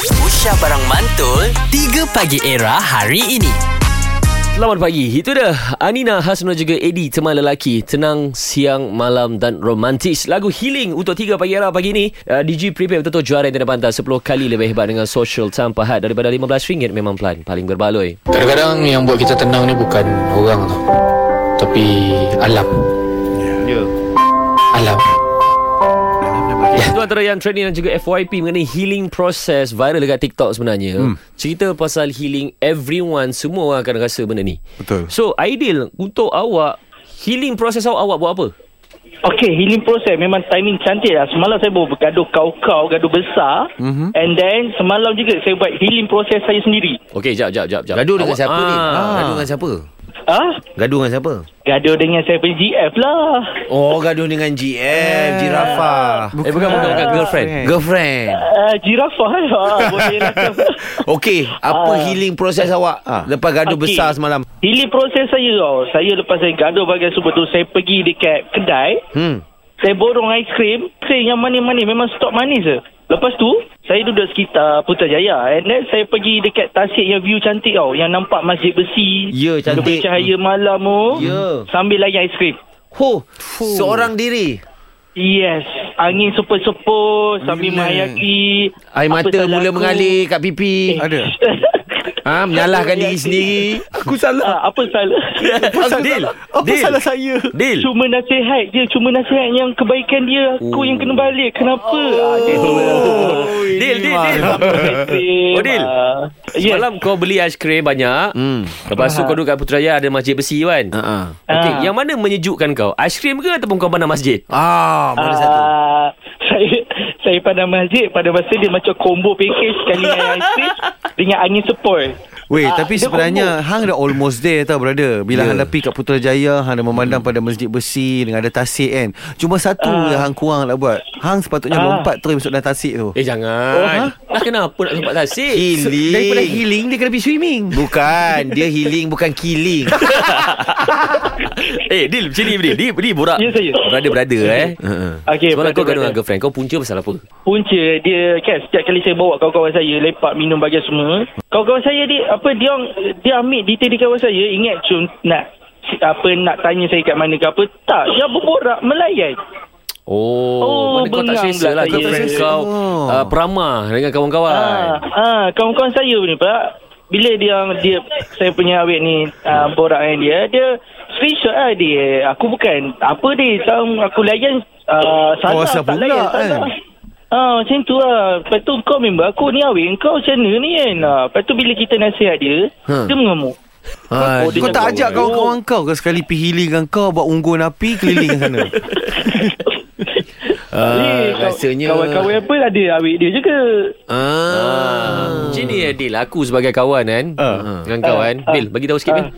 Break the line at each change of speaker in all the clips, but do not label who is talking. Syah Barang Mantul 3 Pagi Era hari ini
Selamat pagi. Itu dah Anina Hasno juga Edi teman lelaki tenang siang malam dan romantis. Lagu Healing untuk 3 pagi era pagi ni. Uh, DJ prepare betul-betul juara yang tidak pantas 10 kali lebih hebat dengan social tanpa had daripada RM15 memang pelan paling berbaloi.
Kadang-kadang yang buat kita tenang ni bukan orang tau Tapi alam
Ya.
Alam
Itu antara yang trending dan juga FYP mengenai healing process viral dekat TikTok sebenarnya. Hmm. Cerita pasal healing everyone semua orang akan rasa benda ni.
Betul.
So ideal untuk awak healing proses awak awak buat apa?
Okay, healing process memang timing cantik lah. Semalam saya baru bergaduh kau-kau, gaduh besar.
Mhm.
Mm-hmm. And then semalam juga saya buat healing process saya sendiri.
Okey, jap jap jap jap.
Gaduh dengan
Awak-
siapa ni?
Ah.
Gaduh dengan siapa?
Ah,
Gaduh dengan siapa?
gaduh dengan saya punya GF lah.
Oh, gaduh dengan GM, Jirafa.
Eh bukan bukan,
Ah,
bukan girlfriend.
Eh.
Girlfriend.
Uh, girafah lah. Ah, boleh lah.
Okey, apa
Ah.
healing proses awak lepas gaduh
Okey.
besar semalam?
Healing process saya tau. Saya lepas saya gaduh bagai super tu, saya pergi dekat kedai.
Hmm.
Saya borong aiskrim. Saya yang manis-manis memang stok manis je. Lepas tu, saya duduk sekitar Putrajaya. And then saya pergi dekat tasik yang view cantik tau. Yang nampak masjid besi.
Ya,
Lebih
cantik.
cahaya malam tu.
Ya.
Sambil layan aiskrim.
Ho, seorang diri.
Yes. Angin sepoi-sepoi. Sambil menghayati.
Air
apa
mata
salah
mula
aku. Eh.
mengalir kat pipi.
Ada.
Ha, menyalahkan
Aku
diri
yakin.
sendiri.
Aku salah.
Ah, apa salah?
Deal.
Apa
Deal.
salah saya?
Deal.
Cuma nasihat je Cuma nasihat yang kebaikan dia Aku yang kena balik Kenapa oh. ah, Dia tu Oh,
Deal, deal, deal. Odil.
yes.
Semalam kau beli aiskrim banyak.
Hmm.
Lepas tu kau duduk kat Putrajaya ada masjid besi kan?
Ha ah.
Okey,
Ah.
yang mana menyejukkan kau? Aiskrim ke ataupun kau pandang masjid?
Ah, mana satu?
Ah, saya saya pandang masjid pada masa dia macam combo package sekali dengan aiskrim dengan angin sepoi.
Weh,
Ah,
tapi
dia
sebenarnya hang dah almost there tau brother. Bila
Ya. Hmm.
hang tepi kat Putrajaya, hang dah memandang pada Masjid Besi dengan ada tasik kan. Cuma satu
Ah.
yang hang kurang nak buat. Hang sepatutnya
Ah.
lompat terus masuk dalam tasik tu.
Eh
ha?
jangan. Oh, Dah kenapa nak tempat tasik?
Healing.
Eh, Daripada healing dia kena pergi swimming.
Bukan, dia healing bukan killing.
eh, Dil, sini Dil. Dil, Dil borak.
Ya, saya.
Brother-brother eh.
Ha.
Okey,
Semalam kau gaduh
brother,
dengan
brother.
girlfriend. Kau punca pasal apa?
punca dia kan setiap kali saya bawa kawan-kawan saya lepak minum bagai semua. Kawan-kawan saya dia apa dia orang dia ambil detail di kawan saya ingat cun nak apa nak tanya saya kat mana ke apa tak dia berborak melayan
Oh,
Oh,
mana kau tak
bengang
selesa
pula
lah
saya.
girlfriend
Saya-
kau
Oh.
uh, peramah dengan
Ah,
kawan-kawan.
ah, kawan-kawan saya ni pula bila dia dia saya punya awet ni ah, borak dengan dia dia screenshot lah dia aku bukan apa dia tahu aku layan ah,
Oh,
salah
Kuasa
tak
pula,
layan
kan?
salah.
eh.
Ah macam tu lah Lepas tu kau member aku ni awet Kau macam mana ni kan ah, Lepas tu bila kita nasihat dia
Ha.
Dia mengamuk
Ha,
Oh, dia
Kau
cakap,
tak ajak
"Oh,
kawan-kawan kau ke sekali pergi healing dengan kau buat unggun api keliling sana.
Ah,
Eh, kaw-
rasanya-
Kawan-kawan apa ada awet dia juga
Ah.
Macam ni Adil Aku sebagai kawan kan
Ah.
Dengan kau kan
Ah.
Bil bagi tahu sikit Bil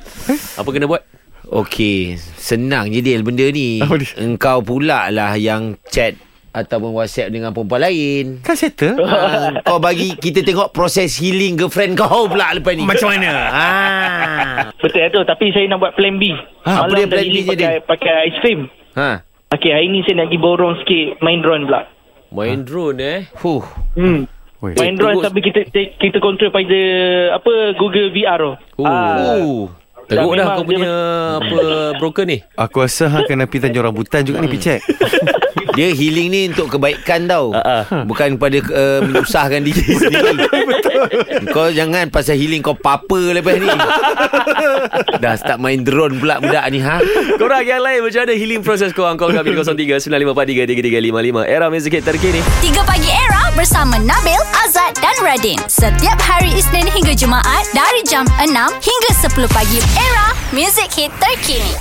Apa kena buat
Ah. Okey, senang je deal benda ni.
Apa dia?
Engkau pula lah yang chat ataupun WhatsApp dengan perempuan lain.
Kan settle.
Ah.
Ha, kau bagi kita tengok proses healing girlfriend kau pula lepas ni. Macam mana? Ha.
Betul lah tu Tapi saya nak buat plan B
Ha, apa
Malam
dia
dah
plan B
ini
je,
pakai, pakai ice cream
Ha.
Okay hari ni saya nak pergi borong sikit Main drone pula
Main drone eh
Huh.
Hmm.
Weh.
Eh,
Main drone
Terus.
tapi kita te- kita control pada apa Google VR tu. Ah,
Oh.
Uh.
Teruk dah
Dah memang
kau
dia
punya Apa Broker ni
Aku rasa hang kena pergi Tanjung Rambutan juga ni pergi check.
Dia healing ni untuk kebaikan tau. Ha.
Ah,
Bukan pada uh, menyusahkan diri kau sendiri. Betul. Kau jangan pasal healing kau papa lepas ni. Dah start main drone pula budak ni ha.
Korang yang lain Macam mana healing process korang Kau kami 03 9543 3355 Era Music Hit terkini
3 Pagi Era bersama Nabil, Azad dan Radin. Setiap hari Isnin hingga Jumaat dari jam 6 hingga 10 pagi. Era, music hit terkini.